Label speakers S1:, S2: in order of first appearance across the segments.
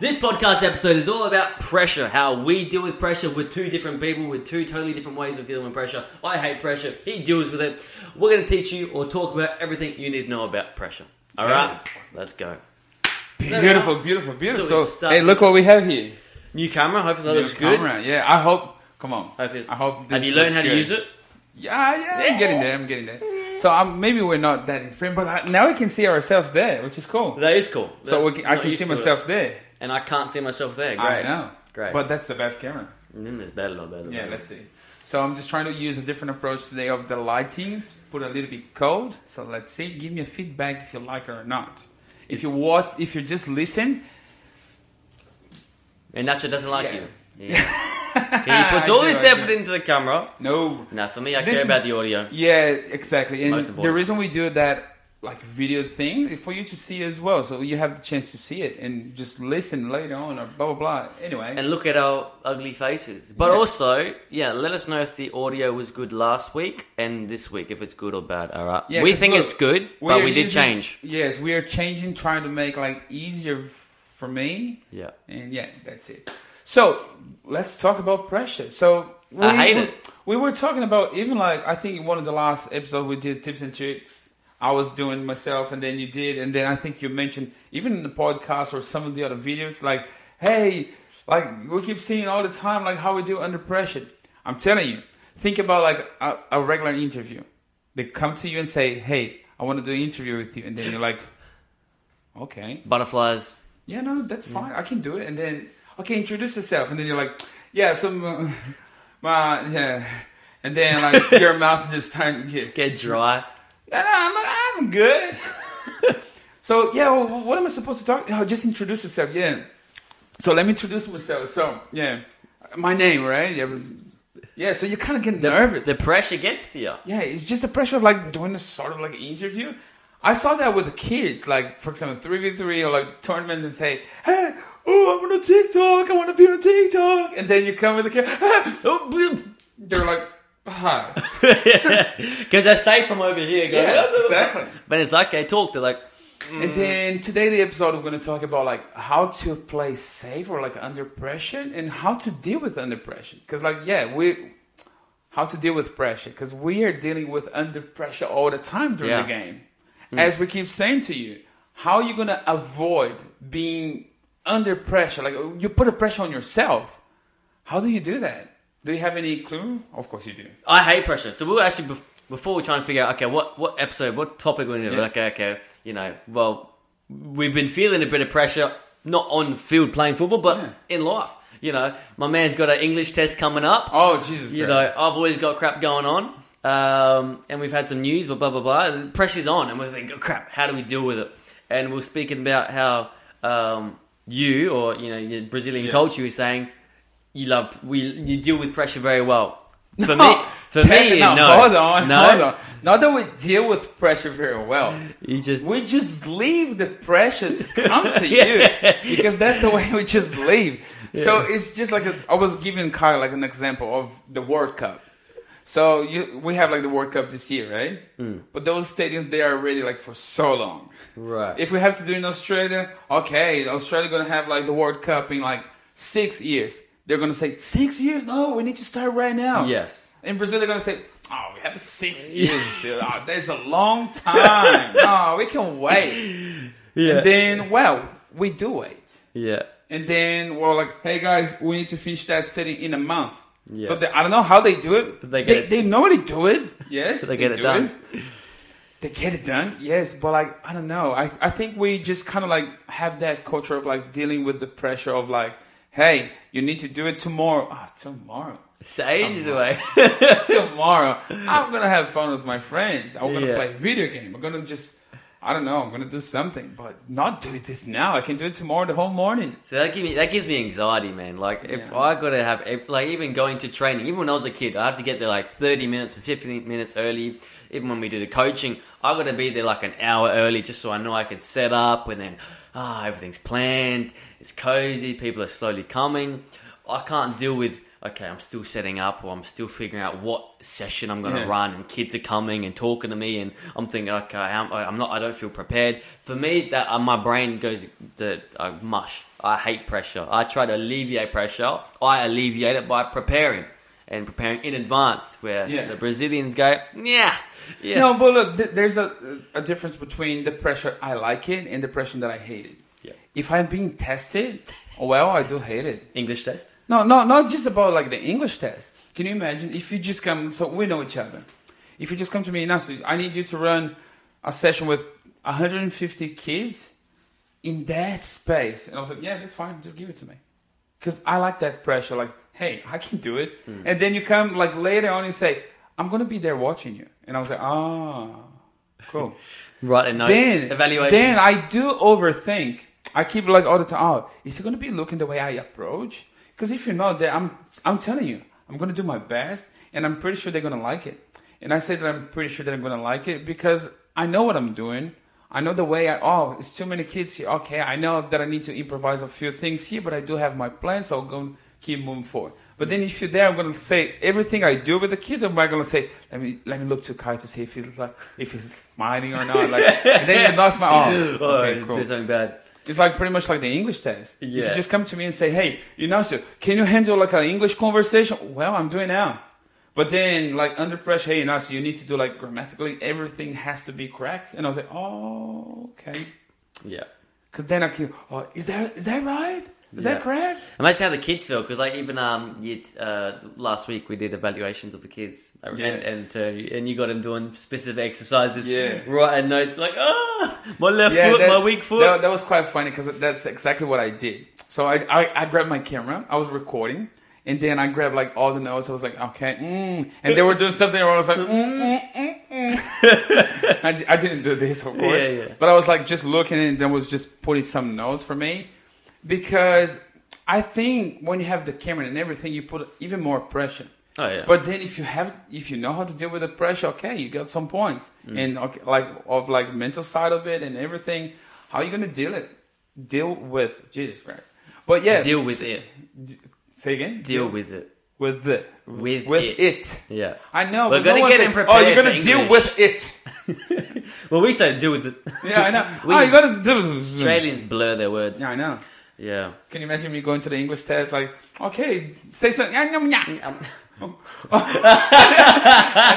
S1: This podcast episode is all about pressure, how we deal with pressure. We're two different people with two totally different ways of dealing with pressure. I hate pressure, he deals with it. We're going to teach you or talk about everything you need to know about pressure. All
S2: Yeah.
S1: right, let's go.
S2: Beautiful, beautiful,
S1: Thought we
S2: beautiful. So,
S1: sucked.
S2: hey, look what we have here.
S1: New camera, hopefully that
S2: New
S1: looks good.
S2: camera. Yeah, I hope. Come on.
S1: Hopefully it's-
S2: I hope. This
S1: Have you learned
S2: looks
S1: how to
S2: good.
S1: use it?
S2: Yeah, yeah. I'm getting there. I'm getting there. So um, maybe we're not that in frame, but I, now we can see ourselves there, which is cool.
S1: That is cool.
S2: so
S1: That's-
S2: we can, I
S1: not
S2: can
S1: used
S2: see
S1: to it.
S2: myself there.
S1: And I can't see myself there. Great.
S2: I know.
S1: Great. Mm-hmm.
S2: But that's the best camera.
S1: And then there's better, not better.
S2: Yeah,
S1: better.
S2: let's see. So I'm just trying to use a different approach today of the lightings. Put a little bit cold. So let's see. Give me a feedback if you like it or not. If you watch, if you just listen,
S1: And Nacho doesn't like
S2: Yeah.
S1: you. Yeah. he puts all
S2: I do,
S1: this
S2: I do.
S1: effort into the camera.
S2: no.
S1: Now, for me, I
S2: This
S1: care
S2: is-
S1: about the audio.
S2: Yeah, exactly. And
S1: Most
S2: the
S1: important.
S2: reason we do that like video thing is for you to see as well. So you have the chance to see it and just listen later on or blah blah blah. Anyway.
S1: And look at our ugly faces. But
S2: Yeah.
S1: also, yeah, let us know if the audio was good last week and this week, if it's good or bad. All right.
S2: Yeah,
S1: we
S2: 'cause
S1: think
S2: look,
S1: it's good,
S2: we
S1: but
S2: are
S1: we did
S2: using-
S1: change.
S2: Yes, we are changing, trying to make like easier f- for me.
S1: Yeah.
S2: And yeah, that's it. So let's talk about pressure. So we,
S1: I hate
S2: we,
S1: it.
S2: we were talking about even like I think in one of the last episodes we did tips and tricks. I was doing myself, and then you did, and then I think you mentioned even in the podcast or some of the other videos, like hey, like we keep seeing all the time, like how we do under pressure. I'm telling you, think about like a, a regular interview. They come to you and say, hey, I want to do an interview with you, and then you're like, okay
S1: Butterflies.
S2: yeah, no, that's fine. I can do it. And then, okay, introduce yourself. And then you're like, yeah, some, uh, my, yeah. And then like your mouth just starting to get,
S1: Get dry.
S2: no, no, I'm, I'm good. so yeah, well, what am I supposed to talk? Oh, just introduce yourself. Yeah. So let me introduce myself. So yeah, my name, right? Yeah. but- Yeah. So you kind of get nervous.
S1: The pressure gets to you.
S2: Yeah, it's just the pressure of like doing a sort of like interview. I saw that with the kids, like for example, three v three or like tournaments, and say, "Hey, oh, I'm on a TikTok. I want to be on TikTok." And then you come with the kid,
S1: Oh, bloop.
S2: they're like, "Hi."
S1: Because they're safe from over here. Going,
S2: Yeah, exactly.
S1: But it's like they talk. They're like, Mm-hmm.
S2: And then today, the episode, we're going to talk about like how to play safe or like under pressure and how to deal with under pressure. Because like, yeah, we how to deal with pressure because we are dealing with under pressure all the time during the
S1: Yeah. Mm.
S2: game. As we keep saying to you, how are you going to avoid being under pressure? Like you put a pressure on yourself. How do you do that? Do you have any clue? Of course you do.
S1: I hate pressure. So we were actually bef- before we try and figure out okay, what what episode, what topic we're going to do.
S2: Yeah.
S1: Okay, okay, you know, well, we've been feeling a bit of pressure, not on field playing football, but
S2: Yeah.
S1: in life. You know, my man's got an English test coming up.
S2: Oh Jesus!
S1: you know,
S2: Christ.
S1: I've always got crap going on, um, and we've had some news, blah blah blah blah. And pressure's on, and we're thinking, oh, crap, how do we deal with it? And we we're speaking about how um, you or you know your Brazilian
S2: Yeah.
S1: culture is saying you love we you deal with pressure very well. For
S2: No,
S1: me, for
S2: take-
S1: me,
S2: no,
S1: no.
S2: Hold on,
S1: no.
S2: hold on. Not that we deal with pressure very well.
S1: You just
S2: We just leave the pressure to come to you
S1: Yeah.
S2: because that's the way we just leave. So it's just like a, I was giving Kyle like an example of the World Cup. So you, we have like the World Cup this year, right?
S1: Mm.
S2: But those stadiums they are ready like for so long.
S1: Right.
S2: If we have to do it in Australia, okay, Australia gonna have like the World Cup in like six years. They're gonna say six years? No, we need to start right now.
S1: yes.
S2: In Brazil, they're gonna say, "Oh, we have six years. still. Oh, that's a long time. No, we can wait."
S1: Yeah.
S2: And then, well, we do wait.
S1: yeah.
S2: And then, well, like, hey guys, we need to finish that study in a month.
S1: Yeah.
S2: So they, I don't know how they do it.
S1: They
S2: They
S1: get
S2: they,
S1: it-
S2: normally do it. Yes,
S1: They get it
S2: do
S1: done.
S2: They get it done. Yes, but like, I don't know. I I think we just kind of like have that culture of like dealing with the pressure of like, hey, you need to do it tomorrow. Ah, tomorrow
S1: It's ages away.
S2: tomorrow. I'm gonna have fun with my friends. I'm gonna
S1: Yeah.
S2: play video game. I'm gonna just I don't know, I'm gonna do something, but not do this now. I can do it tomorrow the whole morning.
S1: So that gives me that gives me anxiety, man. Like if
S2: Yeah.
S1: I gotta have ev- like even going to training, even when I was a kid, I had to get there like thirty minutes or fifteen minutes early. Even when we do the coaching, I gotta be there like an hour early just so I know I can set up and then ah everything's planned, it's cozy, people are slowly coming. I can't deal with okay, I'm still setting up or I'm still figuring out what session I'm gonna
S2: Yeah.
S1: run and kids are coming and talking to me, and I'm thinking, okay, I'm, I'm not, I don't feel prepared. For me, that uh, my brain goes the uh, mush. I hate pressure. I try to alleviate pressure. I alleviate it by preparing and preparing in advance. Where
S2: Yeah.
S1: the Brazilians go, yeah, yeah.
S2: No, but look, th- there's a a difference between the pressure I like it and the pressure that I hate it.
S1: Yeah.
S2: If I'm being tested, well, I do hate it.
S1: English test.
S2: No, no, not just about like the English test. Can you imagine if you just come? So we know each other. If you just come to me, Nasu, I need you to run a session with 150 kids in that space, and I was like, yeah, that's fine. Just give it to me, because I like that pressure. Like, hey, I can do it. And then you come like later on and say, I'm gonna be there watching you, and I was like, ah, cool.
S1: Right and notes.
S2: then
S1: Evaluations.
S2: Then I do overthink. I keep like all the time. Oh, is he gonna be looking the way I approach? Because if you're not there, I'm I'm telling you, I'm gonna do my best, and I'm pretty sure they're gonna like it. And I say that I'm pretty sure that I'm gonna like it because I know what I'm doing. I know the way I oh, it's too many kids here. Okay, I know that I need to improvise a few things here, but I do have my plan, so I'm gonna keep moving forward. But then if you're there, I'm gonna say everything I do with the kids. I'm not gonna say let me let me look to Kai to see if he's like if he's smiling or not. Like and then you knock my off.
S1: oh,
S2: Okay, cool.
S1: do something bad.
S2: Uh, It's like pretty much like the English test. If
S1: Yeah.
S2: you just come to me and say, "Hey, you know, sir, can you handle like an English conversation?" Well, I'm doing now. But then, like under pressure, hey, Nasu, you need to do like grammatically everything has to be correct. And I was like, "Oh, okay."
S1: Yeah.
S2: Because then I can, oh, is that is that right? Is
S1: Yeah.
S2: that correct?
S1: Imagine how the kids feel because, like, even um, you t- uh, last week we did evaluations of the kids, and
S2: Yeah.
S1: and, uh, and you got them doing specific exercises,
S2: Yeah.
S1: right? And notes like, ah, my left foot,
S2: that-
S1: my weak foot.
S2: That, that was quite funny because that's exactly what I did. So I, I, I grabbed my camera, I was recording, and then I grabbed like all the notes. I was like, okay, mm. and they were doing something where I was like, mm, mm, mm, mm. I, di- I didn't do this, of course,
S1: Yeah, yeah.
S2: but I was like just looking and then was just putting some notes for me because I think when you have the camera and everything, you put even more pressure.
S1: oh yeah,
S2: But then if you have, if you know how to deal with the pressure, okay, you got some points,
S1: Mm.
S2: and okay, like of like mental side of it and everything. How you gonna deal it? Deal with Jesus Christ. But yeah,
S1: deal with it.
S2: Say again.
S1: Deal with it.
S2: with the
S1: With it.
S2: it.
S1: Yeah.
S2: I know.
S1: We're
S2: but
S1: gonna
S2: no one
S1: get
S2: said,
S1: him
S2: Oh, you're
S1: prepared
S2: gonna
S1: for
S2: deal with it.
S1: well, we say deal with it.
S2: Yeah, I know.
S1: we,
S2: oh, you gotta deal.
S1: Australians blur their words.
S2: Yeah, I know.
S1: Yeah.
S2: Can you imagine me going to the English test like, okay, say something. I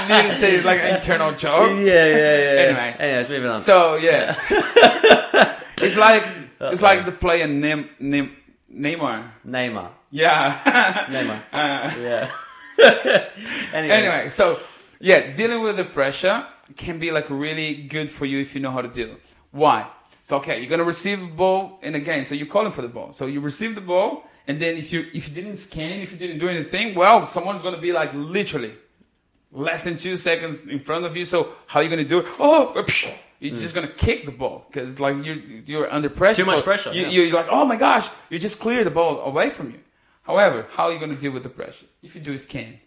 S2: need to say like an internal joke.
S1: Yeah, yeah, yeah. yeah.
S2: Anyway.
S1: Anyways, moving on.
S2: So yeah, it's like it's like the player Nim, Nim, Neymar.
S1: Neymar.
S2: Yeah.
S1: Neymar.
S2: Uh,
S1: Yeah. anyway.
S2: anyway, so yeah, dealing with the pressure can be like really good for you if you know how to deal. Why? So okay, you're gonna receive a ball in a game, so you're calling for the ball. So you receive the ball, and then if you if you didn't scan, if you didn't do anything, well, someone's gonna be like literally less than two seconds in front of you. So how you gonna do it? Oh, psh, you're just gonna kick the ball because like you you're under pressure.
S1: Too much
S2: so
S1: pressure,
S2: You,
S1: yeah.
S2: You're like, oh my gosh, you just clear the ball away from you. However, how are you gonna deal with the pressure? If you do a scan,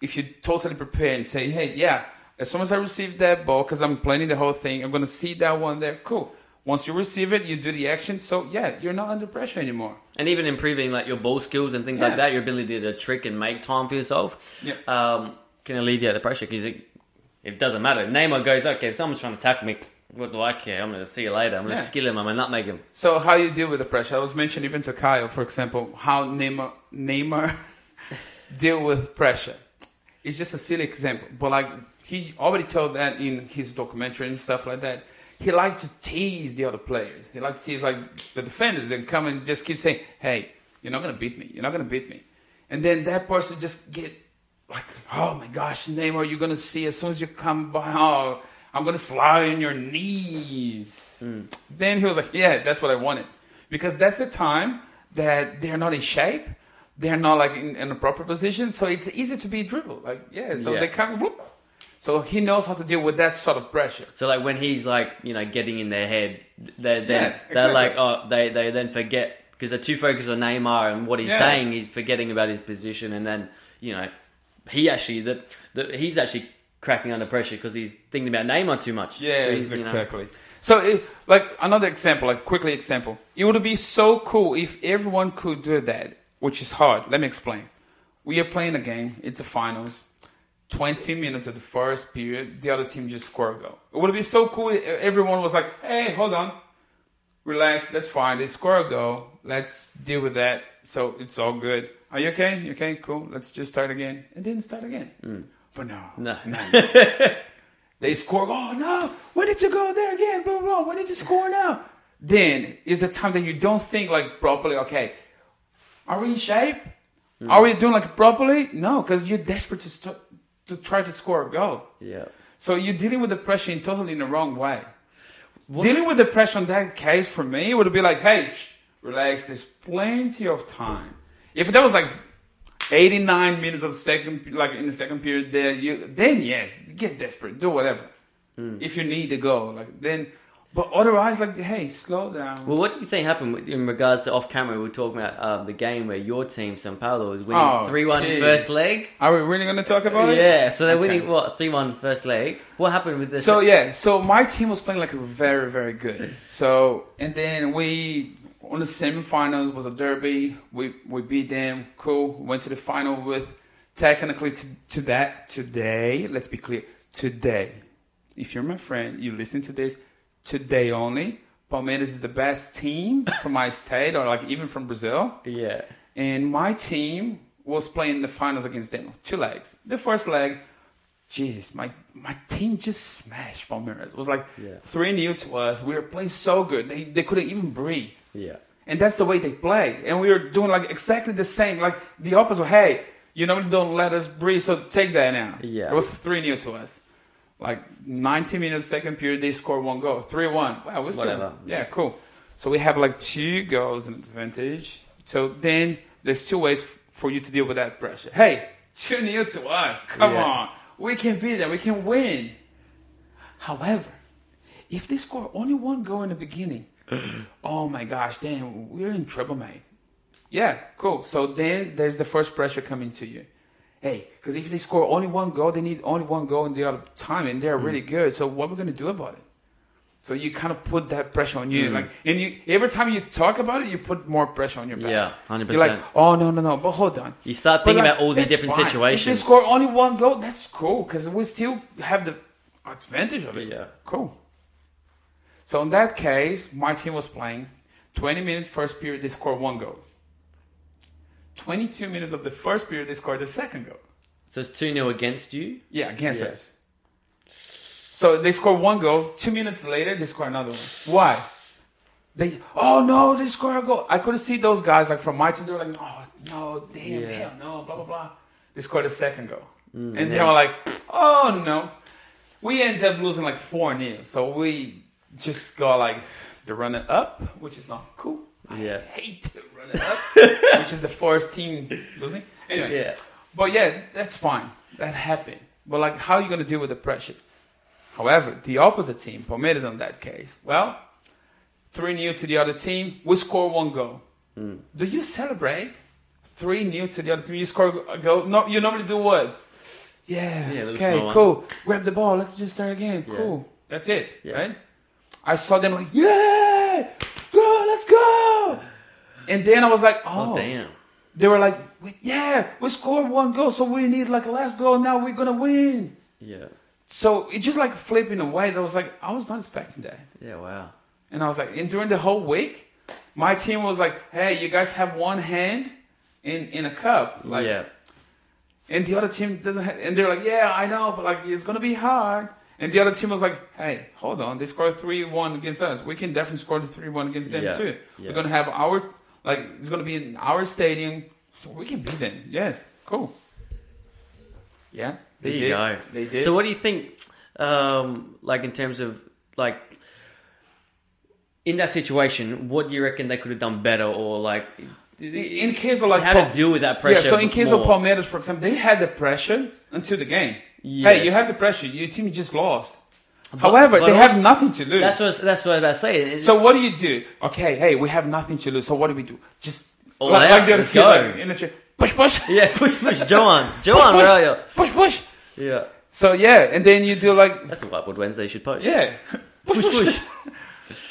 S2: if you totally prepare and say, hey, yeah, as soon as I receive that ball, because I'm planning the whole thing, I'm gonna see that one there. Cool. Once you receive it, you do the action. So yeah, you're not under pressure anymore.
S1: and even improving like your ball skills and things like
S2: Yeah.
S1: that, your ability to trick and make time for yourself,
S2: Yeah.
S1: um, can alleviate the pressure because it, it doesn't matter. Neymar goes, okay, if someone's trying to tackle me, what do I care? I'm going to see you later. I'm going to
S2: Yeah.
S1: skill him. I'm going to nutmeg him.
S2: So how you deal with the pressure? I was mentioning even to Kyle, for example, how Neymar Neymar deal with pressure. It's just a silly example, but like he already told that in his documentary and stuff like that. He liked to tease the other players. He liked to tease like the defenders. Then come and just keep saying, "Hey, you're not gonna beat me. You're not gonna beat me." And then that person just get like, oh my gosh, Neymar, you're gonna see as soon as you come by, oh, I'm gonna slide on your knees. Then he was like, yeah, that's what I wanted, because that's the time that they're not in shape, they're not like in, in a proper position, so it's easy to be dribbled. Like, yeah, so
S1: Yeah.
S2: they come, whoop. So he knows how to deal with that sort of pressure.
S1: So like when he's like you know getting in their head, they then
S2: Yeah,
S1: they're
S2: exactly.
S1: like oh they they then forget because they're too focused on Neymar and what he's
S2: Yeah.
S1: saying. He's forgetting about his position, and then you know he actually the, the he's actually cracking under pressure because he's thinking about Neymar too much.
S2: Yeah,
S1: So he's, you know-
S2: exactly. So, if, like another example, like quickly example, it would be so cool if everyone could do that, which is hard. Let me explain. We are playing a game. It's a finals. Twenty minutes of the first period, the other team just score a goal. It would be so cool. if Everyone was like, "Hey, hold on, relax. That's fine. They score a goal. Let's deal with that. So it's all good. Are you okay? You okay? Cool. Let's just start again. And then start again. But no.
S1: Mm. No.
S2: They score. Oh no! When did you go there again? Blah blah. blah. When did you score now? Then is the time that you don't think like properly. Okay, are we in shape? Are we doing like properly? No, because you're desperate to st- to try to score a goal.
S1: yeah.
S2: So you're dealing with the pressure in totally in the wrong way. Dealing with the pressure on that case for me would be like, hey, shh, relax. There's plenty of time. If that was like 89 minutes of second, like in the second period, there, you then yes, get desperate, do whatever.
S1: Hmm.
S2: If you need to go, like then. But otherwise, like hey, slow down.
S1: Well, what do you think happened with- in regards to off camera? We were talking about um, the game where your team, San Paulo, was
S2: Oh,
S1: winning three one
S2: gee.
S1: first leg.
S2: Are we really going to talk about it?
S1: Yeah, so they're
S2: Okay.
S1: winning what three one first leg. What happened with this?
S2: So yeah, so my team was playing like very very good. So and then we on the semifinals was a derby. We we beat them. Cool. Went to the final with technically to, to that today. Let's be clear. Today, if you're my friend, you listen to this today only. Palmeiras is the best team from my state or like even from Brazil.
S1: yeah,
S2: And my team was playing the finals against them. Two legs. The first leg, jeez, my my team just smashed Palmeiras. It was like
S1: Yeah.
S2: three new to us. We were playing so good. They they couldn't even breathe.
S1: yeah,
S2: And that's the way they play. And we were doing like exactly the same, like the opposite. Hey, you know, don't let us breathe, so take that now.
S1: Yeah.
S2: It was 3 0 to us. Like 90 minutes, second period, they score one goal. 3 1. Wow, we're still.
S1: Whatever.
S2: Yeah, cool. So we have like two goals in advantage. So then there's two ways f- for you to deal with that pressure. Hey, 2 0 to us. Come
S1: Yeah.
S2: on. We can beat them. We can win. However, if they score only one goal in the beginning, oh my gosh, damn, we're in trouble, mate. Yeah, cool. So then there's the first pressure coming to you. Hey, because if they score only one goal, they need only one goal in the other time, and
S1: Mm.
S2: they're really good. So what are we gonna do about it? So you kind of put that pressure on
S1: Mm.
S2: you, like, and you every time you talk about it, you put more pressure on your back.
S1: Yeah,
S2: You're like,
S1: 100%.
S2: oh no, no, no, but hold on.
S1: You start
S2: But,
S1: thinking
S2: like,
S1: about all these
S2: that's
S1: different
S2: fine. If they
S1: situations.
S2: score only one goal, that's cool because we still have the advantage of it.
S1: Yeah.
S2: Cool. So in that case, my team was playing 20 minutes first period, they scored one goal. 22 minutes of the first period, they scored the second goal.
S1: So it's two 0 against you.
S2: Yeah, against
S1: Yeah.
S2: us. So they score one goal. Two minutes later, they score another one. Why? They oh no, they score a goal. I could have seen those guys like from my team. They were like, oh no, damn,
S1: Yeah. Mm,
S2: hell no, blah blah blah. They scored a second goal, and they
S1: yeah.
S2: were like, oh no. We ended up losing like four 0 so we just got like the runner up, which is not cool.
S1: Yeah.
S2: I hate the runner up, which is the first team losing. Anyway,
S1: Yeah,
S2: but yeah, that's fine. That happened. But like, how are you gonna deal with the pressure? However, the opposite team, Palmeiras, on that case, well, three 0 to the other team, we score one goal.
S1: Hmm.
S2: Do you celebrate? Three 0 to the other team, you score a goal. No, you normally do what? Yeah.
S1: Yeah, there was
S2: okay.
S1: no one.
S2: cool. Grab the ball. Let's just start again.
S1: Yeah.
S2: Cool. That's it.
S1: Yeah.
S2: Right. I saw them like, yeah, go, let's go. And then I was like, oh,
S1: Oh, damn.
S2: they were like, "We- yeah, we scored one goal, so we need like last goal. Now we're gonna win.
S1: Yeah,
S2: So it just like flipping away. That was like I was not expecting that,
S1: yeah, wow.
S2: and I was like, and during the whole week, my team was like, hey, you guys have one hand in in a cup, like,
S1: yeah,
S2: and the other team doesn't. Have, and they're like, yeah, I know, but like it's gonna be hard. And the other team was like, hey, hold on, they scored three one against us. We can definitely score the three one against them
S1: Yeah,
S2: too.
S1: yeah.
S2: We're gonna have our like it's gonna be in our stadium, so we can beat them. Yes, cool. Yeah,
S1: there
S2: they
S1: you
S2: did.
S1: go.
S2: They did.
S1: So what do you think? Um, like in terms of like in that situation, what do you reckon they could have done better, or like
S2: in case of like
S1: how
S2: Pal-
S1: to deal with that pressure?
S2: Yeah, so in case of
S1: more?
S2: Palmeiras, for example, they had the pressure until the game. Hey,
S1: Yes.
S2: you have the pressure. Your team just lost. However,
S1: but
S2: they
S1: also-
S2: have nothing to lose.
S1: That's what that's what I was saying. It's-
S2: So what do you do? Okay, hey, we have nothing to lose. So what do we do? Just
S1: All out, let's
S2: kid,
S1: go.
S2: like, in the chair, push, push, push,
S1: yeah, push, push, Joan,
S2: push,
S1: Joan, where are
S2: push, push.
S1: you? Yeah,
S2: So yeah, and then you do like
S1: that's what Whiteboard Wednesday should post.
S2: yeah, push,
S1: push, push.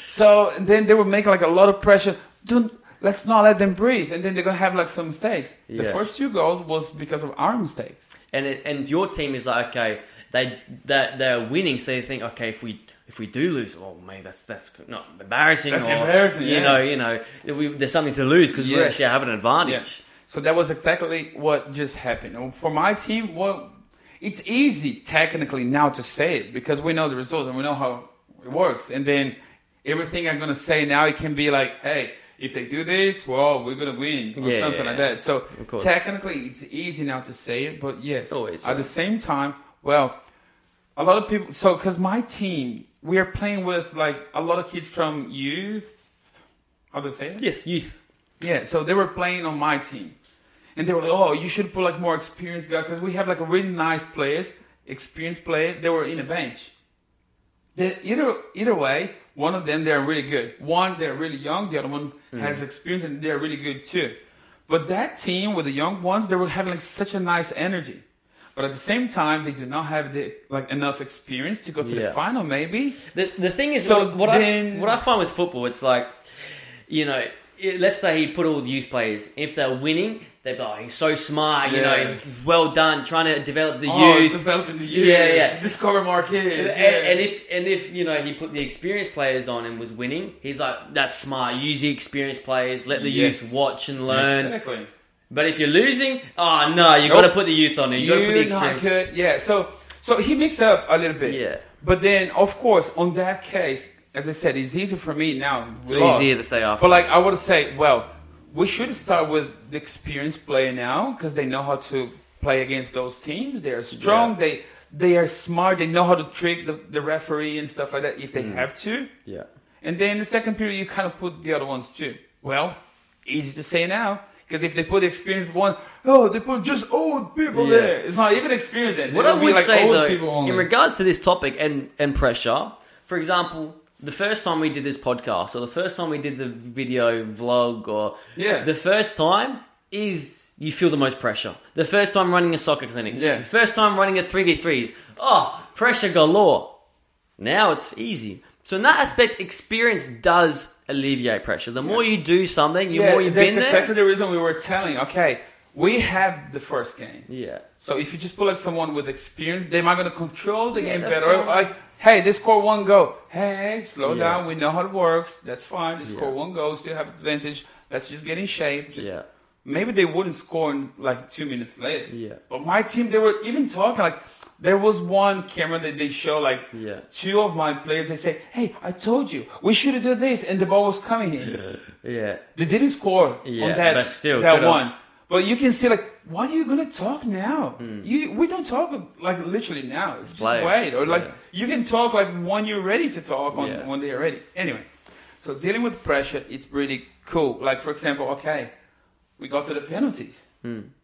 S2: So and then they will make like a lot of pressure. Don't let's not let them breathe, and then they're gonna have like some mistakes. The
S1: Yeah.
S2: first two goals was because of our mistakes.
S1: and it, and your team is like okay, they that they're winning, so they think okay, if we if we do lose, oh mate, that's that's not embarrassing.
S2: That's
S1: or,
S2: embarrassing,
S1: You
S2: yeah.
S1: know, you know, we, there's something to lose because we
S2: Yes.
S1: actually have an advantage.
S2: Yeah. So that was exactly what just happened. And For my team, well, it's easy technically now to say it because we know the results and we know how it works. And then everything I'm gonna say now, it can be like, hey, if they do this, well, we're gonna win or
S1: Yeah,
S2: something
S1: yeah,
S2: like
S1: yeah.
S2: that. So
S1: Of course. Oh,
S2: technically, it's easy now to say it, but yes,
S1: Always,
S2: at
S1: yeah.
S2: the same time, well, a lot of people. So because my team, we are playing with like a lot of kids from youth. How do I say it?
S1: Yes, youth.
S2: Yeah, so they were playing on my team, and they were like, "Oh, you should put like more experienced guy because we have like a really nice players, experienced player. They were in a bench. They, either either way, one of them they're really good. One they're really young. The other one
S1: Hmm.
S2: has experience and they're really good too. But that team with the young ones, they were having like such a nice energy. But at the same time, they do not have the like enough experience to go to the
S1: Yeah.
S2: final. Maybe
S1: The, the thing is,
S2: So
S1: what, what I
S2: then-
S1: what I find with football, it's like, you know, it- let's say he put all the youth players. If they're winning, they'd be like, oh, he's so smart, you
S2: Yeah.
S1: know, he's well done, trying to develop the
S2: oh,
S1: youth.
S2: developing the youth,
S1: Yeah, yeah.
S2: discover more kids,
S1: And,
S2: yeah.
S1: and if and if you know he put the experienced players on and was winning, he's like, that's smart. Use the experienced players. Let the
S2: Yes.
S1: youth watch and learn.
S2: Exactly.
S1: But if you're losing, oh no, you
S2: Nope.
S1: got to put the youth on there. You got to put the
S2: You're not
S1: experience.
S2: good. Yeah. So so he mixed up a little bit.
S1: Yeah.
S2: But then of course on that case, as I said, it's easy for me now. It's
S1: easier to say after.
S2: But like I would say, well, we should start with the experienced player now because they know how to play against those teams. They are strong.
S1: Yeah.
S2: They they are smart. They know how to trick the, the referee and stuff like that if they
S1: Mm.
S2: have to.
S1: Yeah.
S2: And then the second period, you kind of put the other ones too. Well, easy to say now. Because if they put the experienced one, oh, they put just old people
S1: Yeah.
S2: there. It's not even experienced then.
S1: What I
S2: It'll be
S1: would
S2: like
S1: say
S2: old people
S1: though,
S2: only.
S1: in regards to this topic and and pressure, for example, the first time we did this podcast or the first time we did the video vlog or
S2: Yeah.
S1: the first time is you feel the most pressure. The first time running a soccer clinic,
S2: Yeah.
S1: The first time running a three v threes, oh, pressure galore. Now it's easy. So in that aspect, experience does alleviate pressure. The more you do something, the
S2: yeah,
S1: more you've
S2: that's
S1: been there.
S2: exactly the reason we were telling. Okay, we have the first game.
S1: yeah.
S2: So if you just put like someone with experience, they might gonna control the game
S1: that's
S2: better.
S1: fine.
S2: Like, hey, they score one goal. Hey, slow
S1: Yeah.
S2: down. We know how it works. That's fine. They score
S1: Yeah.
S2: one goal, still have advantage. Let's just get in shape. Just,
S1: Yeah.
S2: Maybe they wouldn't score in, like two minutes later.
S1: Yeah.
S2: But my team, they were even talking like. There was one camera that they show like
S1: Yeah.
S2: two of my players. They say, "Hey, I told you we should do this," and the ball was coming here.
S1: Yeah.
S2: They didn't score on
S1: Yeah,
S2: that,
S1: but still,
S2: that
S1: could've.
S2: one. But you can see, like, why are you gonna talk now? You we don't talk like literally now. It's just
S1: Hmm. play.
S2: wait, or like
S1: Yeah.
S2: you can talk like when you're ready to talk on
S1: Yeah.
S2: when they're ready. Anyway, so dealing with pressure, it's really cool. Like for example, okay, we got to the penalties.
S1: Hmm.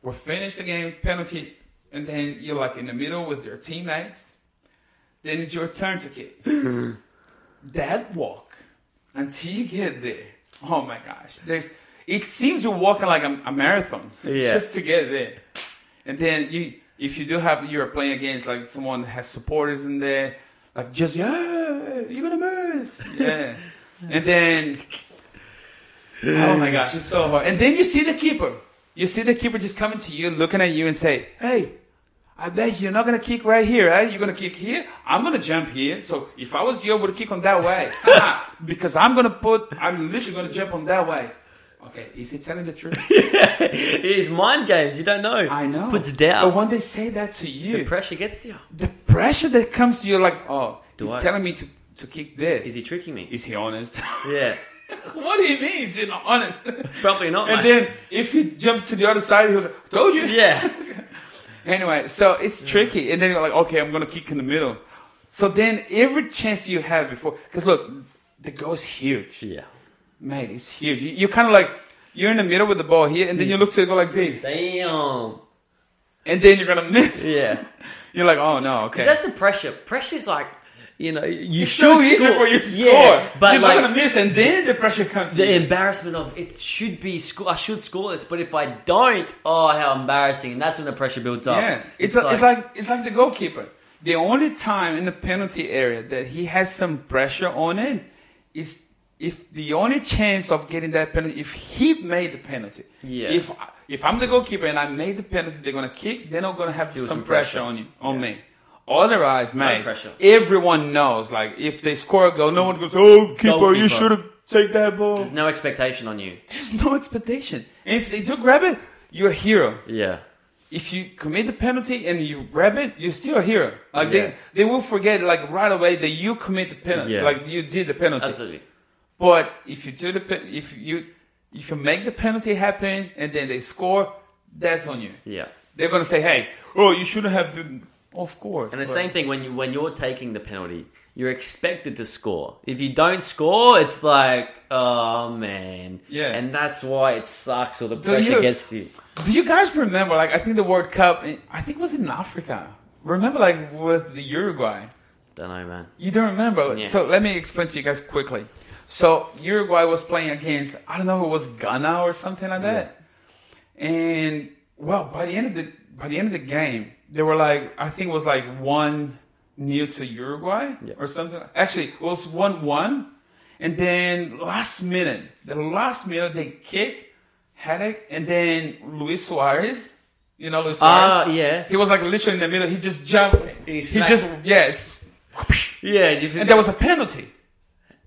S2: We finished the game penalty, and then you're like in the middle with your teammates. Then it's your turn to kick that walk until you get there. Oh my gosh, there's. It seems you're walking like a, a marathon
S1: Yeah.
S2: just to get there, and then you if you do have you're playing against like someone that has supporters in there, like just yeah, you're gonna miss, yeah, and then oh my gosh, it's so hard. And then you see the keeper, you see the keeper just coming to you, looking at you, and say, hey. I bet you're not gonna kick right here, eh? You're gonna kick here. I'm gonna jump here. So if I was you, I would kick on that way because I'm gonna put. I'm literally gonna jump on that way. Okay, is he telling the truth?
S1: it is mind games. You don't know.
S2: I know.
S1: Puts doubt.
S2: But when they say that to you, the,
S1: pressure gets you.
S2: pressure that comes to you, like, oh, he's
S1: I-
S2: telling me to to kick there.
S1: Is
S2: Is
S1: he tricking me?
S2: he honest?
S1: yeah,
S2: what do you mean? Is he not honest?
S1: probably not. mate.
S2: and then if he jumped to the other side, he was like, told you.
S1: yeah,
S2: Anyway, so it's tricky, and then you're like, okay, I'm gonna kick in the middle. So then every chance you have before, because look, the goal is huge,
S1: yeah.
S2: mate. It's huge. You, you're kind of like you're in the middle with the ball here, and then you look to go like this,
S1: Damn.
S2: and then you're gonna miss.
S1: Yeah.
S2: You're like, oh no, okay.
S1: That's the pressure. Pressure's like, you know, you
S2: It's
S1: should
S2: so easy
S1: score.
S2: for you to
S1: Yeah,
S2: score,
S1: but
S2: you're
S1: like
S2: not gonna miss, and then the pressure comes.
S1: the
S2: in.
S1: embarrassment of it should be score. I should score this, but if I don't, oh, how embarrassing! And that's when the pressure builds up.
S2: Yeah, it's, a- it's like it's like the goalkeeper. The only time in the penalty area that he has some pressure on it is if the only chance of getting that penalty if he made the penalty.
S1: Yeah.
S2: If I- if I'm the goalkeeper and I made the penalty, they're gonna kick. They're not gonna have some,
S1: some pressure.
S2: pressure. on you on me. Otherwise, mate,
S1: pressure.
S2: everyone knows. Like, if they score a goal, no one goes, "Oh, keeper, you
S1: Goalkeeper.
S2: should have take that ball."
S1: There's no expectation on you.
S2: There's no expectation. And if they do grab it, you're a hero.
S1: Yeah.
S2: If you commit the penalty and you grab it, you're still a hero. Like
S1: Yeah.
S2: they, they will forget like right away that you commit the penalty,
S1: Yeah.
S2: like you did the penalty.
S1: Absolutely.
S2: But if you do the pe- if you if you make the penalty happen and then they score, that's on you.
S1: Yeah.
S2: They're gonna say, "Hey, oh, you shouldn't have done." Of course.
S1: And the
S2: but-
S1: same thing when you when you're taking the penalty, you're expected to score. If you don't score, it's like, oh man,
S2: Yeah.
S1: And that's why it sucks, or the
S2: Do you-
S1: pressure gets you.
S2: Do you guys remember? Like, I think the World Cup. I think it was in Africa. Remember, like with the Uruguay.
S1: Don't know, man.
S2: You don't remember.
S1: Yeah.
S2: So let me explain to you guys quickly. So Uruguay was playing against I don't know if it was Ghana or something like that. And well, by the end of the by the end of the game, they were like I think it was like one nil to Uruguay
S1: Yeah.
S2: or something. Actually, it was one one. And then last minute, the last minute they kick, had it, and then Luis Suarez. You know Luis
S1: Ah,
S2: Suarez.
S1: yeah.
S2: He was like literally in the middle. He just jumped.
S1: He
S2: He,
S1: smacked
S2: just yes.
S1: Yeah, you
S2: And there was a penalty.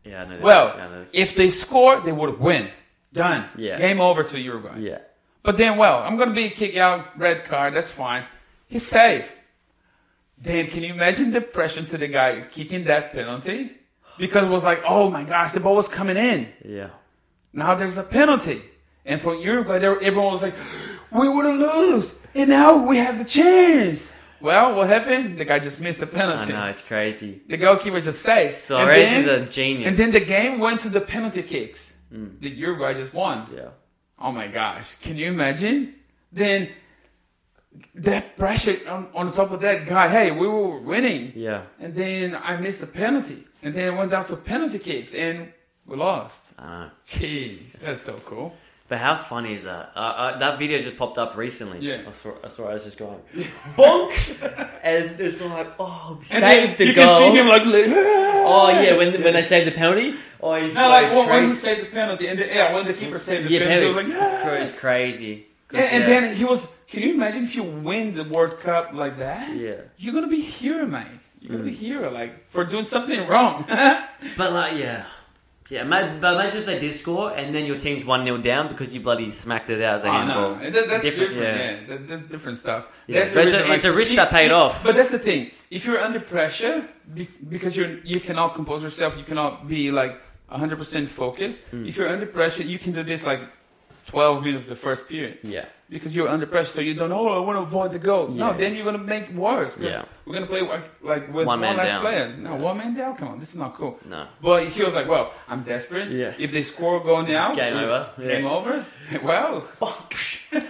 S1: yeah, I know that.
S2: Well,
S1: Yeah, I know this.
S2: if they scored, they would win. Done.
S1: Yeah.
S2: Game over to Uruguay.
S1: yeah,
S2: But then, well, I'm going to be a kick out, red card, that's fine. He's safe. Then, can you imagine the pressure to the guy kicking that penalty? Because it was like, oh my gosh, the ball was coming in.
S1: yeah,
S2: Now there's a penalty. And for Uruguay, they were, everyone was like, we would have lose. And now we have the chance. Well, what happened? The guy just missed the
S1: I
S2: penalty.
S1: know it's crazy.
S2: The goalkeeper just says.
S1: Suarez is a genius. Hmm.
S2: And then the game went to the penalty kicks. The Uruguay just won.
S1: Yeah,
S2: Oh my gosh. Can you imagine? Then that pressure on, on top of that guy, hey, we were winning.
S1: yeah,
S2: And then I missed the penalty. And then it went down to penalty kicks and we lost.
S1: I know.
S2: Jeez. That's so cool.
S1: But how funny is that? Uh, uh, that video just popped up recently.
S2: Yeah.
S1: I saw. I saw. I was just going bonk, and it's like, oh,
S2: And
S1: saved
S2: then
S1: the
S2: you
S1: goal.
S2: can see him like,
S1: Oh yeah, when when they saved the penalty, oh, he's
S2: And like
S1: he's
S2: when, when he
S1: crazy.
S2: saved the penalty, and the, yeah, when the keeper saved the
S1: yeah,
S2: penalty,
S1: penalty.
S2: it was like, yeah.
S1: Crow's crazy.
S2: And, and
S1: Yeah.
S2: then he was. Can you imagine if you win the World Cup like that?
S1: Yeah. Mm.
S2: You're gonna be a hero, mate. You're gonna be a hero, like for doing something wrong.
S1: but like, yeah, yeah. ma- But imagine if they did score, and then your team's one 0 down because you bloody smacked it out as a
S2: Oh,
S1: handball.
S2: no. And that- that's different.
S1: yeah.
S2: yeah. That- that's different stuff.
S1: Yeah.
S2: That's
S1: So
S2: the
S1: it's a-
S2: reason, like,
S1: it's a risk
S2: if-
S1: that paid
S2: if-
S1: off.
S2: But that's the thing. If you're under pressure, be, because you are you cannot compose yourself, you cannot be like 100% focused.
S1: Mm.
S2: If you're under pressure, you can do this like 12 minutes the first period.
S1: Yeah.
S2: Because you're under pressure, so you don't. Oh, I want to avoid the goal.
S1: Yeah.
S2: No, then you're gonna make worse. 'cause
S1: Yeah.
S2: we're gonna play like, like with
S1: One
S2: one,
S1: man
S2: less
S1: down.
S2: player. No, one man down. Come on, this is not cool.
S1: No.
S2: But he was like, "Well, I'm desperate.
S1: Yeah.
S2: If they score a goal now,
S1: Game
S2: we-
S1: over. Yeah.
S2: Game over. Well, and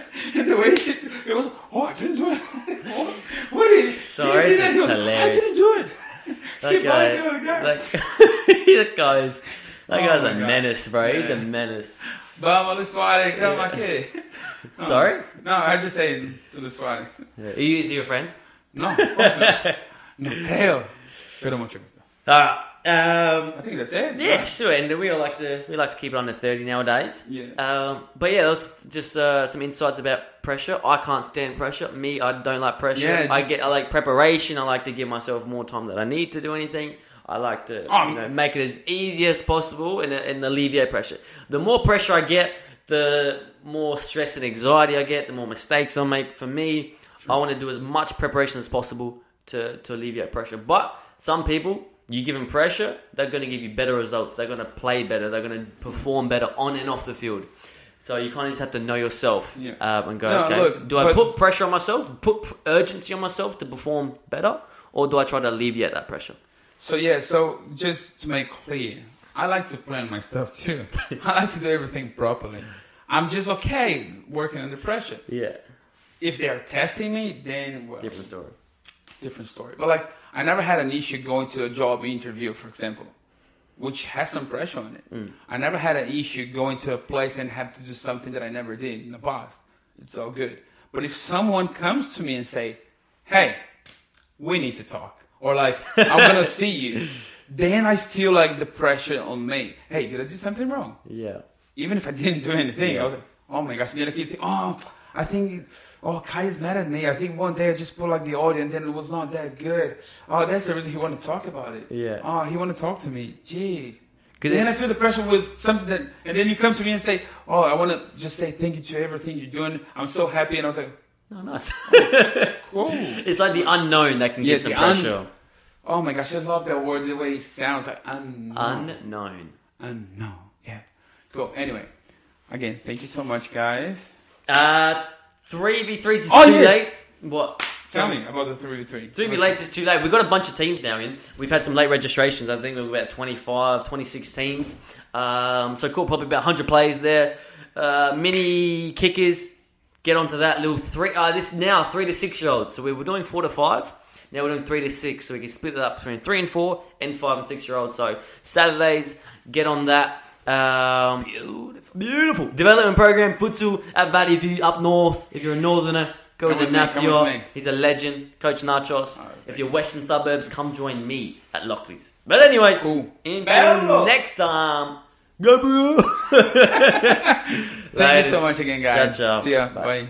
S2: the way he, it was, oh, I didn't do it. what, what is?
S1: Sorry,
S2: he said,
S1: this
S2: he
S1: is
S2: was, I
S1: hilarious.
S2: didn't do it.
S1: That
S2: She
S1: guy,
S2: blamed it on the guy.
S1: that, that guy's, that
S2: Oh
S1: guy's
S2: my
S1: a
S2: God.
S1: menace, bro. He's a
S2: Yeah.
S1: menace.
S2: Vamos, Luis Suarez, come on, kid. No.
S1: Sorry?
S2: No, I just saying to Luis Suarez.
S1: Yeah. Are you is he your friend?
S2: No, of course not. No, hell. Pero mucho gusto.
S1: Alright. Um,
S2: I think that's it.
S1: yeah, sure. And we all like to we like to keep it under thirty nowadays.
S2: Yeah.
S1: Um, but yeah, that was just uh, some insights about pressure. I can't stand pressure. Me, I don't like pressure.
S2: Yeah,
S1: I
S2: just-
S1: get I like preparation. I like to give myself more time that I need to do anything. I like to
S2: Oh,
S1: you know,
S2: man.
S1: make it as easy as possible and, and alleviate pressure. The more pressure I get, the more stress and anxiety I get. The more mistakes I make. For me, I want to do as much preparation as possible to to alleviate pressure. But some people. You give them pressure, they're going to give you better results. They're going to play better. They're going to perform better on and off the field. So you kind of just have to know yourself
S2: Yeah.
S1: um, and go,
S2: No,
S1: okay,
S2: look,
S1: do I
S2: but-
S1: put pressure on myself, put pr- urgency on myself to perform better, or do I try to alleviate that pressure?
S2: So yeah, so just to make clear, I like to plan my stuff too. I like to do everything properly. I'm just okay working under pressure.
S1: Yeah,
S2: If they're testing me, then well,
S1: different story.
S2: different story. But like, I never had an issue going to a job interview, for example, which has some pressure on it. I never had an issue going to a place and have to do something that I never did in the past. It's all good. But if someone comes to me and say, "Hey, we need to talk," or like, "I'm gonna see you," then I feel like the pressure on me. Hey, did I do something wrong?
S1: Yeah,
S2: even if I didn't do anything,
S1: Yeah.
S2: I was like, oh my gosh, and then I keep thinking, oh, I think, oh, Kai is mad at me. I think one day I just put like the audio and then it was not that good. Oh, that's the reason he want to talk about it.
S1: Yeah.
S2: Oh, he want to talk to me. Jeez.
S1: 'Cause
S2: then
S1: it-
S2: I feel the pressure with something that, and then you come to me and say, oh, I want to just say thank you to everything you're doing. I'm so happy. And I was like,
S1: Oh, nice.
S2: cool.
S1: it's like the unknown that can
S2: Yeah,
S1: get some
S2: the un-
S1: pressure.
S2: Oh my gosh, I love that word, the way it sounds like unknown.
S1: unknown.
S2: unknown. Yeah. Cool. Anyway, again, thank you so much, guys.
S1: Uh, 3v3 is
S2: Oh,
S1: too
S2: yes!
S1: late. What?
S2: Tell me about the 3v3.
S1: Three v late is too late. We've got a bunch of teams now in. We've had some late registrations. I think we've about 25, 26 teams. Um, so cool, probably about 100 players there. Uh, mini kickers. Get onto that little three. Uh, this now three to six year olds. So we were doing four to five. Now we're doing three to six. So we can split that up between three and four and five and six year olds. So Saturdays, get on that. Um, beautiful, beautiful development program. Futsal at Valley View up north. If you're a northerner, go
S2: Come
S1: to
S2: with me, come with
S1: Ignacio.
S2: me.
S1: He's a legend, Coach Nachos.
S2: Oh, thank
S1: if you're Western suburbs, come join me at Lockley's. But anyways,
S2: Cool.
S1: until
S2: Bello.
S1: next time. Gabriel.
S2: Thank you so much again, guys.
S1: Ciao, ciao.
S2: See ya.
S1: Bye.
S2: Bye.